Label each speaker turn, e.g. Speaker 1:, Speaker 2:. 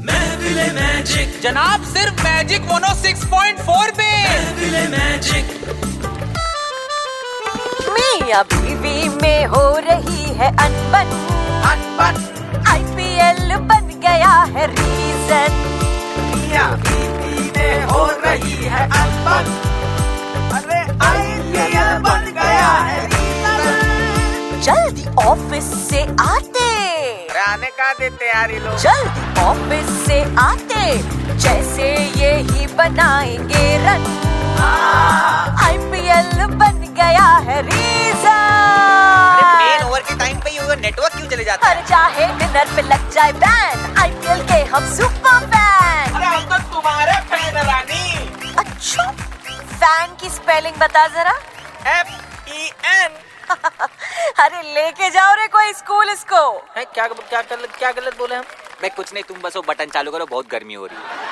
Speaker 1: महफिले magic
Speaker 2: जनाब सिर्फ magic mono 6.4 पे
Speaker 1: महफिले मैजिक
Speaker 3: मियाँ बीवी में हो रही है अनबन
Speaker 2: अनबन
Speaker 3: आईपीएल बन गया है रीजन
Speaker 2: मियाँ बीवी में हो रही है अनबन अरे आईपीएल बन गया है
Speaker 3: जल्दी ऑफिस से आते
Speaker 2: आने का देते यार ये लोग
Speaker 3: जल्दी ऑफिस से आते जैसे ये ही बनाएंगे रन आईपीएल बन गया है
Speaker 2: प्लेन
Speaker 3: रीजन
Speaker 2: ओवर के टाइम पे ही वो नेटवर्क क्यों चले जाता है
Speaker 3: हर चाहे डिनर पे लग जाए बैन आईपीएल के हम सुपर फैन
Speaker 2: अरे हम तो तुम्हारे फैन रानी
Speaker 3: अच्छा फैन की स्पेलिंग बता जरा
Speaker 2: एफ ई एन
Speaker 3: अरे लेके जाओ रे कोई स्कूल इसको
Speaker 2: है क्या क्या गलत क्या गलत बोले हम मैं कुछ नहीं तुम बस वो बटन चालू करो बहुत गर्मी हो रही है